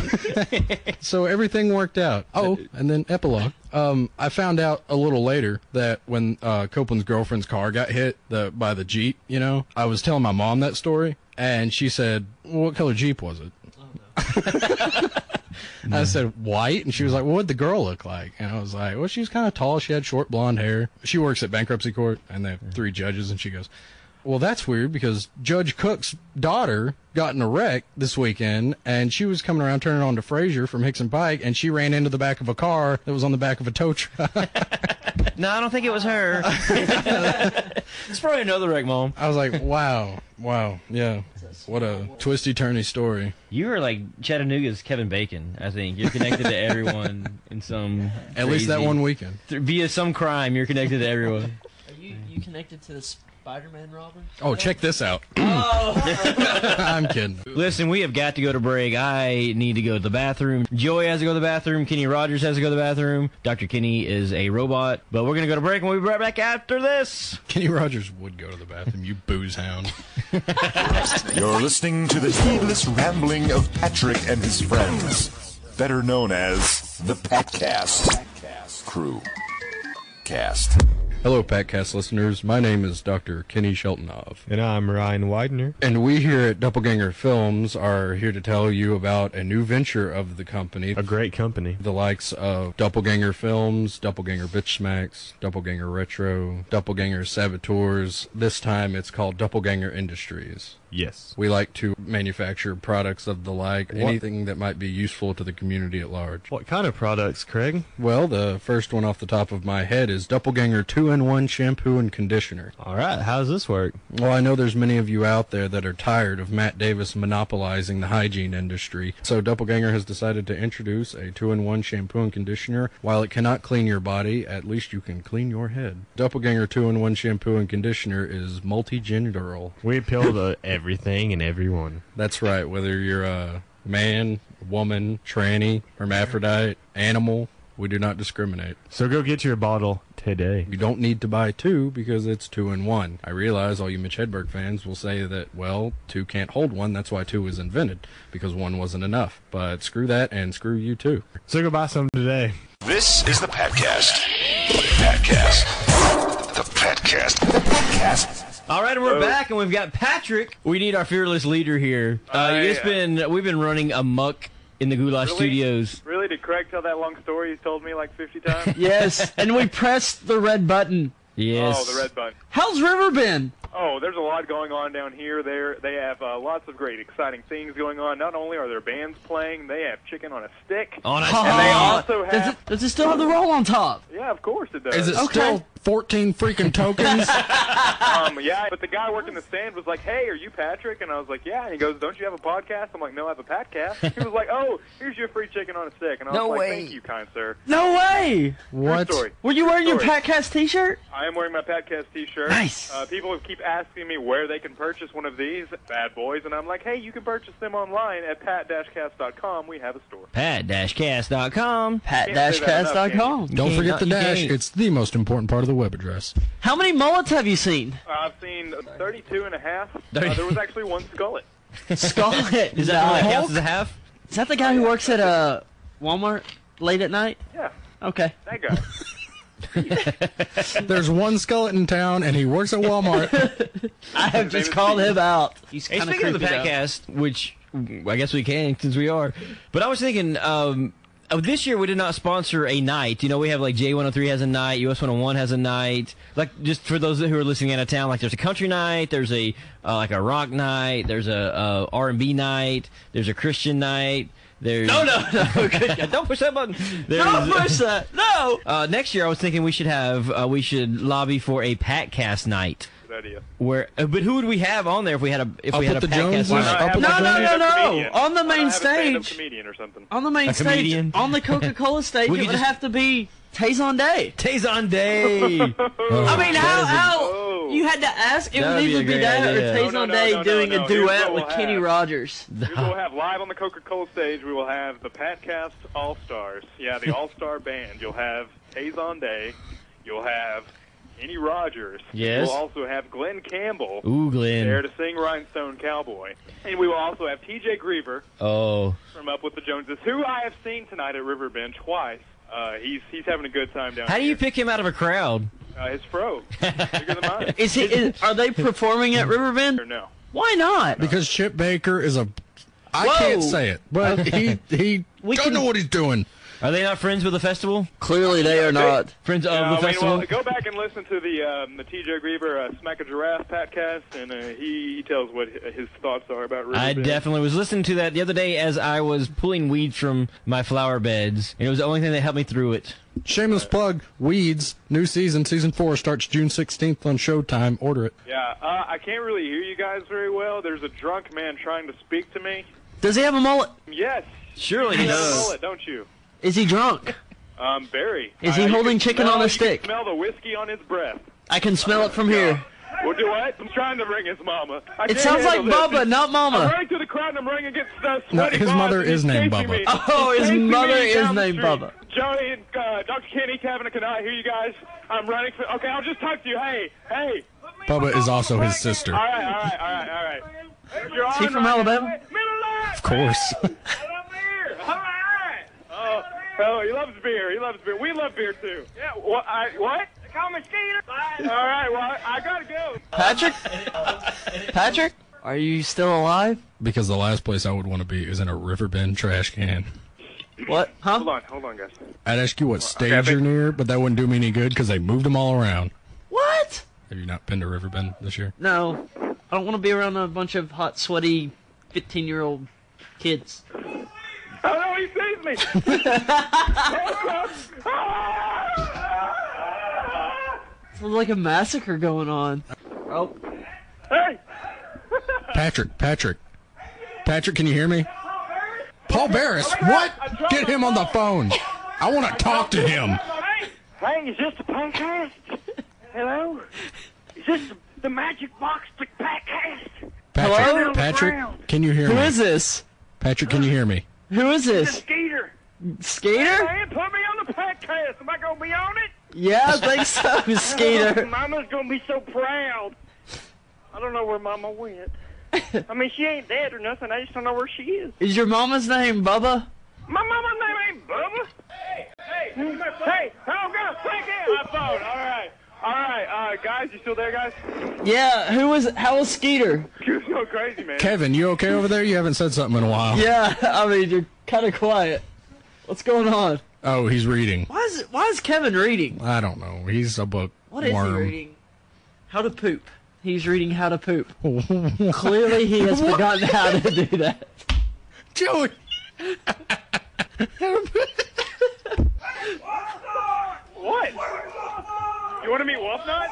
[SPEAKER 1] so everything worked out. Oh, and then epilogue. Um, I found out a little later that when uh, Copeland's girlfriend's car got hit the, by the jeep, you know, I was telling my mom that story, and she said, well, "What color jeep was it?" I said white, and she was like, "Well, what'd the girl look like?" And I was like, "Well, she was kind of tall. She had short blonde hair. She works at bankruptcy court, and they have three judges." And she goes, "Well, that's weird because Judge Cook's daughter got in a wreck this weekend, and she was coming around turning on to Frazier from Hicks and Pike, and she ran into the back of a car that was on the back of a tow truck."
[SPEAKER 4] no, I don't think it was her. it's probably another wreck, Mom.
[SPEAKER 1] I was like, "Wow, wow, yeah, what a twisty turny story."
[SPEAKER 4] You are like Chattanooga's Kevin Bacon, I think. You're connected to everyone in some.
[SPEAKER 1] At least that
[SPEAKER 4] crazy-
[SPEAKER 1] one weekend.
[SPEAKER 4] Th- via some crime, you're connected to everyone.
[SPEAKER 2] Are you you connected to the Spider-Man robber?
[SPEAKER 1] Oh, check this out. I'm kidding.
[SPEAKER 4] Listen, we have got to go to break. I need to go to the bathroom. Joey has to go to the bathroom. Kenny Rogers has to go to the bathroom. Dr. Kenny is a robot. But we're going to go to break and we'll be right back after this.
[SPEAKER 1] Kenny Rogers would go to the bathroom. You booze hound.
[SPEAKER 3] You're listening to the heedless rambling of Patrick and his friends, better known as the Patcast Crew. Cast.
[SPEAKER 1] Hello, PatCast listeners. My name is Dr. Kenny Sheltonov.
[SPEAKER 6] And I'm Ryan Widener.
[SPEAKER 1] And we here at Doppelganger Films are here to tell you about a new venture of the company.
[SPEAKER 6] A great company.
[SPEAKER 1] The likes of Doppelganger Films, Doppelganger Bitch Smacks, Doppelganger Retro, Doppelganger Saboteurs. This time it's called Doppelganger Industries.
[SPEAKER 6] Yes.
[SPEAKER 1] We like to manufacture products of the like, anything that might be useful to the community at large.
[SPEAKER 6] What kind of products, Craig?
[SPEAKER 1] Well, the first one off the top of my head is Doppelganger 2 in 1 shampoo and conditioner.
[SPEAKER 6] All right. How does this work?
[SPEAKER 1] Well, I know there's many of you out there that are tired of Matt Davis monopolizing the hygiene industry. So Doppelganger has decided to introduce a two-in-one shampoo and conditioner. While it cannot clean your body, at least you can clean your head. Doppelganger two-in-one shampoo and conditioner is multi-genderal.
[SPEAKER 6] We appeal to everything and everyone.
[SPEAKER 1] That's right, whether you're a man, woman, tranny, hermaphrodite, animal, we do not discriminate.
[SPEAKER 6] So go get your bottle today.
[SPEAKER 1] You don't need to buy two because it's two in one. I realize all you Mitch Hedberg fans will say that, well, two can't hold one. That's why two was invented, because one wasn't enough. But screw that and screw you too.
[SPEAKER 6] So go buy some today.
[SPEAKER 3] This is the Patcast. Patcast. The Patcast. The Patcast.
[SPEAKER 4] All right, and we're back, and we've got Patrick. We need our fearless leader here. Uh,
[SPEAKER 7] Hi,
[SPEAKER 4] it's
[SPEAKER 7] uh,
[SPEAKER 4] been we've been running amok in the Goulash
[SPEAKER 7] Really? Oh,
[SPEAKER 4] Studios.
[SPEAKER 7] Really? Did Craig tell that long story he's told me like 50 times?
[SPEAKER 2] Yes, and we pressed the red button.
[SPEAKER 4] Yes.
[SPEAKER 7] Oh, the red button.
[SPEAKER 2] How's River been?
[SPEAKER 7] Oh, there's a lot going on down here. There, they have uh, lots of great, exciting things going on. Not only are there bands playing, they have chicken on a stick.
[SPEAKER 4] On a
[SPEAKER 7] and they
[SPEAKER 2] Oh.
[SPEAKER 7] also
[SPEAKER 2] Does it,
[SPEAKER 7] have.
[SPEAKER 2] does it still have the roll on top?
[SPEAKER 7] Yeah, of course it does.
[SPEAKER 1] Is it
[SPEAKER 2] Okay.
[SPEAKER 1] still 14 freaking tokens?
[SPEAKER 7] Um, yeah, but the guy working the stand was like, "Hey, are you Patrick?" And I was like, "Yeah." And he goes, "Don't you have a podcast?" I'm like, "No, I have a podcast." He was like, "Oh, here's your free chicken on a stick." And I was
[SPEAKER 4] No
[SPEAKER 7] like,
[SPEAKER 4] way.
[SPEAKER 7] "Thank you, kind sir."
[SPEAKER 2] No way!
[SPEAKER 7] True
[SPEAKER 1] what?
[SPEAKER 7] story.
[SPEAKER 2] Were you wearing your
[SPEAKER 7] Story.
[SPEAKER 2] Patcast T-shirt?
[SPEAKER 7] I am wearing my Patcast T-shirt.
[SPEAKER 2] Nice.
[SPEAKER 7] Uh, people keep asking me where they can purchase one of these bad boys, and I'm like, hey, you can purchase them online at pat-cast.com. We have a store.
[SPEAKER 4] Pat-cast.com.
[SPEAKER 7] Can't say that enough,
[SPEAKER 2] Pat-cast.com.
[SPEAKER 1] Don't
[SPEAKER 4] You
[SPEAKER 1] forget
[SPEAKER 4] can't-
[SPEAKER 1] the
[SPEAKER 4] you
[SPEAKER 1] dash.
[SPEAKER 4] can't.
[SPEAKER 1] It's the most important part of the web address.
[SPEAKER 2] How many mullets have you seen?
[SPEAKER 7] I've seen 32 and a half. Uh,
[SPEAKER 4] Thirty-
[SPEAKER 7] there was actually one skullet.
[SPEAKER 2] Scarlet.
[SPEAKER 4] Is that
[SPEAKER 2] Hulk?
[SPEAKER 4] what counts as a half?
[SPEAKER 2] Is that the guy who works at uh, Walmart late at night?
[SPEAKER 7] Yeah,
[SPEAKER 2] Okay.
[SPEAKER 7] that guy.
[SPEAKER 1] There's one skeleton in town, and he works at Walmart.
[SPEAKER 2] I have
[SPEAKER 7] name
[SPEAKER 2] just
[SPEAKER 7] is
[SPEAKER 2] called
[SPEAKER 7] Steve.
[SPEAKER 2] him out. He's
[SPEAKER 4] Hey,
[SPEAKER 2] kind
[SPEAKER 4] speaking of the
[SPEAKER 2] though.
[SPEAKER 4] podcast, which I guess we can since we are, but I was thinking, um, oh, this year we did not sponsor a night. You know, we have like J103 has a night, US101 has a night. Like just for those who are listening out of town, like there's a country night, there's a uh, like a rock night, there's a uh, R&B night, there's a Christian night. There's no, no, no! don't push that button. There's,
[SPEAKER 2] Don't push that. No.
[SPEAKER 4] Uh, next year, I was thinking we should have uh, we should lobby for a Patcast night.
[SPEAKER 7] Good idea.
[SPEAKER 4] Where, uh, but who would we have on there if we had a if
[SPEAKER 1] I'll
[SPEAKER 4] we had a
[SPEAKER 1] put the
[SPEAKER 4] podcast?
[SPEAKER 1] Joneses.
[SPEAKER 7] Why
[SPEAKER 4] night?
[SPEAKER 7] not
[SPEAKER 1] Up
[SPEAKER 7] have
[SPEAKER 1] with
[SPEAKER 7] a
[SPEAKER 1] the
[SPEAKER 7] stand-up
[SPEAKER 2] No, no,
[SPEAKER 1] drums.
[SPEAKER 2] no, no.
[SPEAKER 7] comedian?
[SPEAKER 2] On the
[SPEAKER 7] Why not
[SPEAKER 2] main
[SPEAKER 7] have a stand-up
[SPEAKER 2] stage.
[SPEAKER 7] comedian or something.
[SPEAKER 2] On the main
[SPEAKER 4] A
[SPEAKER 2] stage,
[SPEAKER 4] comedian.
[SPEAKER 2] on the Coca-Cola stage, it
[SPEAKER 4] We
[SPEAKER 2] would
[SPEAKER 4] could just-
[SPEAKER 2] have to be Tazon Day.
[SPEAKER 4] Tazon Day.
[SPEAKER 2] I mean, how, how
[SPEAKER 7] Oh.
[SPEAKER 2] you had to ask? It
[SPEAKER 4] That'd
[SPEAKER 2] would
[SPEAKER 4] be a
[SPEAKER 2] either be
[SPEAKER 4] great
[SPEAKER 2] that
[SPEAKER 4] idea.
[SPEAKER 2] or Tazon
[SPEAKER 7] No, no, no,
[SPEAKER 2] Day
[SPEAKER 7] no, no,
[SPEAKER 2] doing
[SPEAKER 7] no.
[SPEAKER 2] a
[SPEAKER 7] Here's
[SPEAKER 2] duet
[SPEAKER 7] what
[SPEAKER 2] with
[SPEAKER 7] we'll
[SPEAKER 2] Kenny
[SPEAKER 7] have.
[SPEAKER 2] Rogers.
[SPEAKER 7] Here's what we'll have live on the Coca-Cola stage. We will have the Patcast All-Stars. Yeah, the All-Star Band. You'll have Tazon Day. You'll have Kenny Rogers.
[SPEAKER 4] Yes.
[SPEAKER 7] You'll also have Glenn Campbell.
[SPEAKER 4] Ooh, Glenn.
[SPEAKER 7] there to sing Rhinestone Cowboy. And we will also have TJ Griever
[SPEAKER 4] Oh,
[SPEAKER 7] from Up with the Joneses, who I have seen tonight at Riverbend twice. Uh, he's he's having a good time down
[SPEAKER 4] how do you
[SPEAKER 7] here.
[SPEAKER 4] pick him out of a crowd?
[SPEAKER 7] Uh, his fro. Bigger than mine.
[SPEAKER 2] Is he? Is, are they performing at Riverbend?
[SPEAKER 7] Or no.
[SPEAKER 2] Why not?
[SPEAKER 1] because Chip Baker is a. I
[SPEAKER 2] Whoa.
[SPEAKER 1] can't say it, but he he
[SPEAKER 2] We
[SPEAKER 1] don't
[SPEAKER 2] can-
[SPEAKER 1] know what he's doing.
[SPEAKER 4] Are they not friends with the festival?
[SPEAKER 2] Clearly, they are not.
[SPEAKER 4] Friends of
[SPEAKER 7] Uh,
[SPEAKER 4] the
[SPEAKER 7] I mean,
[SPEAKER 4] festival?
[SPEAKER 7] well, go back and listen to the um, the TJ Griever uh, Smack a Giraffe podcast, and uh, he, he tells what hi- his thoughts are about
[SPEAKER 4] I
[SPEAKER 7] Riverbend.
[SPEAKER 4] definitely was listening to that the other day as I was pulling weeds from my flower beds, and it was the only thing that helped me through it.
[SPEAKER 1] Shameless plug, Weeds, new season, season four starts June 16th on Showtime. Order it.
[SPEAKER 7] yeah, uh, I can't really hear you guys very well. There's a drunk man trying to speak to me.
[SPEAKER 2] Does he have a mullet?
[SPEAKER 7] Yes.
[SPEAKER 4] Surely he
[SPEAKER 7] You have a
[SPEAKER 4] does.
[SPEAKER 7] mullet, don't you?
[SPEAKER 2] Is he drunk?
[SPEAKER 7] Um, Barry.
[SPEAKER 2] Is he
[SPEAKER 7] you
[SPEAKER 2] holding
[SPEAKER 7] can
[SPEAKER 2] chicken on
[SPEAKER 7] smell-
[SPEAKER 2] a
[SPEAKER 7] you can
[SPEAKER 2] stick?
[SPEAKER 7] Smell the whiskey on his breath.
[SPEAKER 2] I can smell it from here.
[SPEAKER 7] Well, do what? I'm trying to ring his mama. I
[SPEAKER 2] It
[SPEAKER 7] can't
[SPEAKER 2] sounds like
[SPEAKER 7] handle this.
[SPEAKER 2] Bubba, not
[SPEAKER 7] I'm
[SPEAKER 2] Mama.
[SPEAKER 7] running through the crowd and I'm running against the sweaty
[SPEAKER 1] No, his
[SPEAKER 7] boss
[SPEAKER 1] mother
[SPEAKER 7] and he's
[SPEAKER 1] is named
[SPEAKER 7] chasing
[SPEAKER 1] Bubba.
[SPEAKER 7] Me.
[SPEAKER 2] Oh, his
[SPEAKER 7] He's chasing
[SPEAKER 2] mother
[SPEAKER 7] me
[SPEAKER 2] is
[SPEAKER 7] down the
[SPEAKER 2] named
[SPEAKER 7] street.
[SPEAKER 2] Bubba.
[SPEAKER 7] Johnny and uh, Dr. Kenny, Kevin, can I hear you guys? I'm running for. Okay, I'll just talk to you. Hey, hey.
[SPEAKER 1] Bubba is also his sister.
[SPEAKER 7] All right, all right, all right, all right.
[SPEAKER 2] Is he from Alabama?
[SPEAKER 7] Of
[SPEAKER 1] course.
[SPEAKER 7] Oh, oh, he loves beer. He loves beer. We love beer too. Yeah. What? I, what? Call me Skeeter. All right. Well, I gotta go.
[SPEAKER 2] Patrick? Patrick? Are you still alive?
[SPEAKER 1] Because the last place I would want to be is in a river bend trash can.
[SPEAKER 2] What?
[SPEAKER 7] Hold
[SPEAKER 2] Huh?
[SPEAKER 7] on. Hold on, guys.
[SPEAKER 1] I'd ask you what stage
[SPEAKER 7] I think-
[SPEAKER 1] you're near, but that wouldn't do me any good because they moved them all around.
[SPEAKER 2] What?
[SPEAKER 1] Have you not been to Riverbend this year?
[SPEAKER 2] No. I I don't want to be around a bunch of hot, sweaty, fifteen-year-old kids.
[SPEAKER 7] Oh no, he sees me! Oh, God. Ah!
[SPEAKER 2] It's like a massacre going on. Oh,
[SPEAKER 7] Hey!
[SPEAKER 1] Patrick, Patrick. Patrick, can you hear me? Paul Barris. What? Get him on the phone. I want to talk to him.
[SPEAKER 8] Hey, is this the podcast? Hello? Is this the Magic Box the podcast?
[SPEAKER 1] Patrick,
[SPEAKER 8] Hello?
[SPEAKER 1] Patrick, can you hear
[SPEAKER 2] who
[SPEAKER 1] me?
[SPEAKER 2] is this?
[SPEAKER 1] Patrick, can you hear me?
[SPEAKER 2] Who is this?
[SPEAKER 8] Skeeter.
[SPEAKER 2] Skater?
[SPEAKER 7] Man, put me on the podcast. Am I gonna be on it?
[SPEAKER 2] Yeah, I think so. Skater.
[SPEAKER 8] Mama's gonna be so proud. I don't know where Mama went. I mean, she ain't dead or nothing. I just don't know where she is.
[SPEAKER 2] Is your mama's name Bubba?
[SPEAKER 8] My mama's name ain't Bubba.
[SPEAKER 7] Hey, hey, hey, I'm gonna take it. My phone. All right, all right, uh, guys, you still there, guys?
[SPEAKER 2] Yeah. Who is? How is Skeeter?
[SPEAKER 7] You're so crazy, man.
[SPEAKER 1] Kevin, you okay over there? You haven't said something in a while.
[SPEAKER 2] Yeah. I mean, you're kind of quiet. What's going on?
[SPEAKER 1] Oh, he's reading.
[SPEAKER 2] Why is Why is Kevin reading?
[SPEAKER 1] I don't know. He's a book
[SPEAKER 2] What is
[SPEAKER 1] worm.
[SPEAKER 2] he reading? How to poop. He's reading how to poop. Clearly, he has forgotten how to do that.
[SPEAKER 1] Joey.
[SPEAKER 7] What? You want to meet Wolfnut?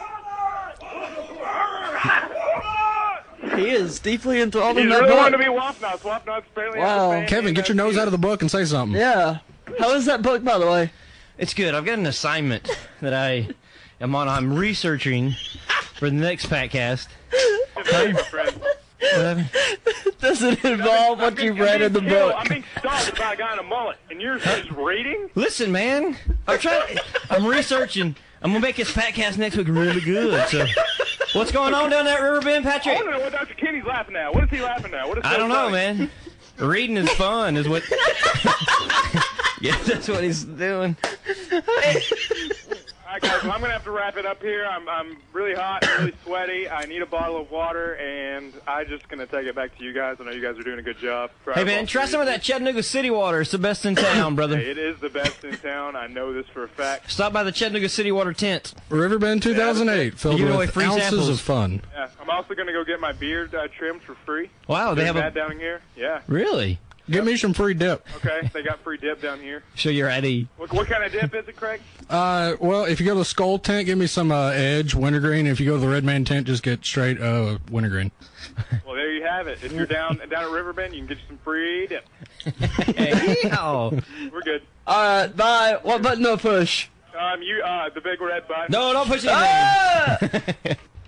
[SPEAKER 2] He is deeply enthralled in
[SPEAKER 7] You
[SPEAKER 2] that
[SPEAKER 7] really want to
[SPEAKER 2] book.
[SPEAKER 7] meet Wolfnut? Wolfnut's barely
[SPEAKER 2] Wow.
[SPEAKER 1] Kevin, get your nose out of the book and say something.
[SPEAKER 2] Yeah. How is that book, by the way?
[SPEAKER 4] It's good. I've got an assignment that I am on. I'm researching for the next podcast.
[SPEAKER 7] the friend.
[SPEAKER 2] Does it involve what you read in the
[SPEAKER 7] I'm being
[SPEAKER 2] book?
[SPEAKER 7] killed. I'm being stalked by a guy in a mullet, and you're just reading?
[SPEAKER 4] Listen, man. I'm trying. I'm researching. I'm gonna make this podcast next week really good. So, what's going on down that river bend,
[SPEAKER 7] I
[SPEAKER 4] Patrick?
[SPEAKER 7] want to know what Dr. Kenny's laughing at. What is he laughing at? What is
[SPEAKER 4] I
[SPEAKER 7] so
[SPEAKER 4] don't know,
[SPEAKER 7] funny?
[SPEAKER 4] man. Reading is fun, is what. yeah, that's what he's doing.
[SPEAKER 7] All right, guys, well, I'm gonna have to wrap it up here. I'm I'm really hot, really sweaty. I need a bottle of water, and I'm just gonna take it back to you guys. I know you guys are doing a good job.
[SPEAKER 4] Hey, man, try some of that Chattanooga City water. It's the best in town, brother.
[SPEAKER 7] It is the best in town. I know this for a fact.
[SPEAKER 4] Stop by the Chattanooga City water tent.
[SPEAKER 1] Riverbend 2008, filled
[SPEAKER 4] Give away
[SPEAKER 1] with
[SPEAKER 4] free
[SPEAKER 1] ounces
[SPEAKER 4] samples.
[SPEAKER 1] of fun.
[SPEAKER 7] Yeah. I'm also gonna go get my beard uh, trimmed for free.
[SPEAKER 4] Wow, Oh, they
[SPEAKER 7] They
[SPEAKER 4] have
[SPEAKER 7] that
[SPEAKER 4] a
[SPEAKER 7] down here. Yeah.
[SPEAKER 4] really.
[SPEAKER 1] Give me some free dip.
[SPEAKER 7] Okay. they got free dip down here.
[SPEAKER 4] So you're at a
[SPEAKER 7] What, what kind of dip is it, Craig?
[SPEAKER 1] Uh, well, if you go to the Skull Tent, give me some uh, Edge Wintergreen. If you go to the Red Man Tent, just get straight uh, Wintergreen.
[SPEAKER 7] Well, there you have it. If you're down down at Riverbend, you can get you some free dip.
[SPEAKER 4] oh
[SPEAKER 7] We're good.
[SPEAKER 2] Alright, bye. What button do I push?
[SPEAKER 7] Um, you uh, the big red button.
[SPEAKER 4] no, don't push anything.
[SPEAKER 2] Ah!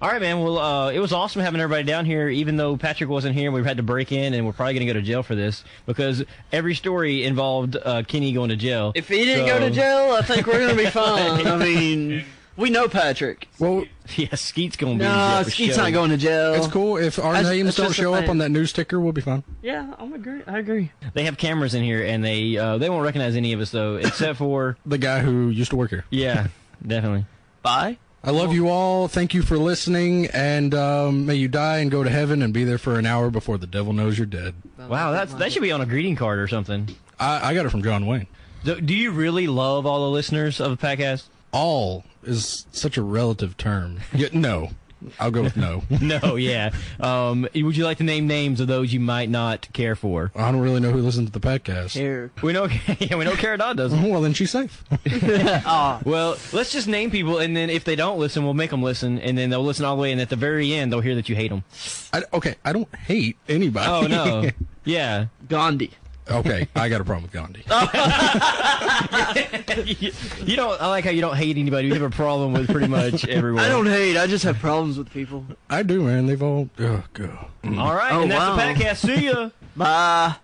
[SPEAKER 4] All right, man. Well, uh, it was awesome having everybody down here, even though Patrick wasn't here. We've had to break in, and we're probably going to go to jail for this because every story involved uh, Kenny going to jail.
[SPEAKER 2] If he didn't
[SPEAKER 4] So-
[SPEAKER 2] go to jail, I think we're gonna be fine. I mean, we know Patrick.
[SPEAKER 1] Well,
[SPEAKER 4] yeah, Skeet's going to be in
[SPEAKER 2] No,
[SPEAKER 4] jail for
[SPEAKER 2] Skeet's
[SPEAKER 4] sure.
[SPEAKER 2] not going to jail.
[SPEAKER 1] it's cool. If our
[SPEAKER 2] That's-
[SPEAKER 1] names
[SPEAKER 2] that's
[SPEAKER 1] don't
[SPEAKER 2] just a
[SPEAKER 1] show up
[SPEAKER 2] thing.
[SPEAKER 1] on that news ticker, we'll be fine.
[SPEAKER 2] Yeah, I'm agree. I agree.
[SPEAKER 4] They have cameras in here, and they uh, they won't recognize any of us though, except for
[SPEAKER 1] The guy who used to work here.
[SPEAKER 4] yeah, definitely.
[SPEAKER 2] Bye.
[SPEAKER 1] I love you all. Thank you for listening, and um, may you die and go to heaven and be there for an hour before the devil knows you're dead.
[SPEAKER 4] Wow, that's that should be on a greeting card or something.
[SPEAKER 1] I, I got it from John Wayne.
[SPEAKER 4] Do, do you really love all the listeners of the podcast?
[SPEAKER 1] All is such a relative term. Yeah, no, I'll go with no.
[SPEAKER 4] No, yeah. Um, would you like to name names of those you might not care for?
[SPEAKER 1] I don't really know who listens to the podcast.
[SPEAKER 2] Here.
[SPEAKER 4] We know, yeah, we know Cara Dot doesn't.
[SPEAKER 1] Well, then she's safe.
[SPEAKER 2] Ah,
[SPEAKER 4] Well, let's just name people, and then if they don't listen, we'll make them listen, and then they'll listen all the way, and at the very end, they'll hear that you hate them.
[SPEAKER 1] I, okay, I don't hate anybody.
[SPEAKER 4] Oh no, yeah,
[SPEAKER 2] Gandhi.
[SPEAKER 1] okay, I got a problem with Gandhi.
[SPEAKER 4] Oh. you, you don't. I like how you don't hate anybody. You have a problem with pretty much everyone.
[SPEAKER 2] I don't hate. I just have problems with people.
[SPEAKER 1] I do, man. They've all. Oh, God.
[SPEAKER 4] All right,
[SPEAKER 2] Oh,
[SPEAKER 4] and that's
[SPEAKER 2] wow.
[SPEAKER 4] the podcast. See ya.
[SPEAKER 2] Bye.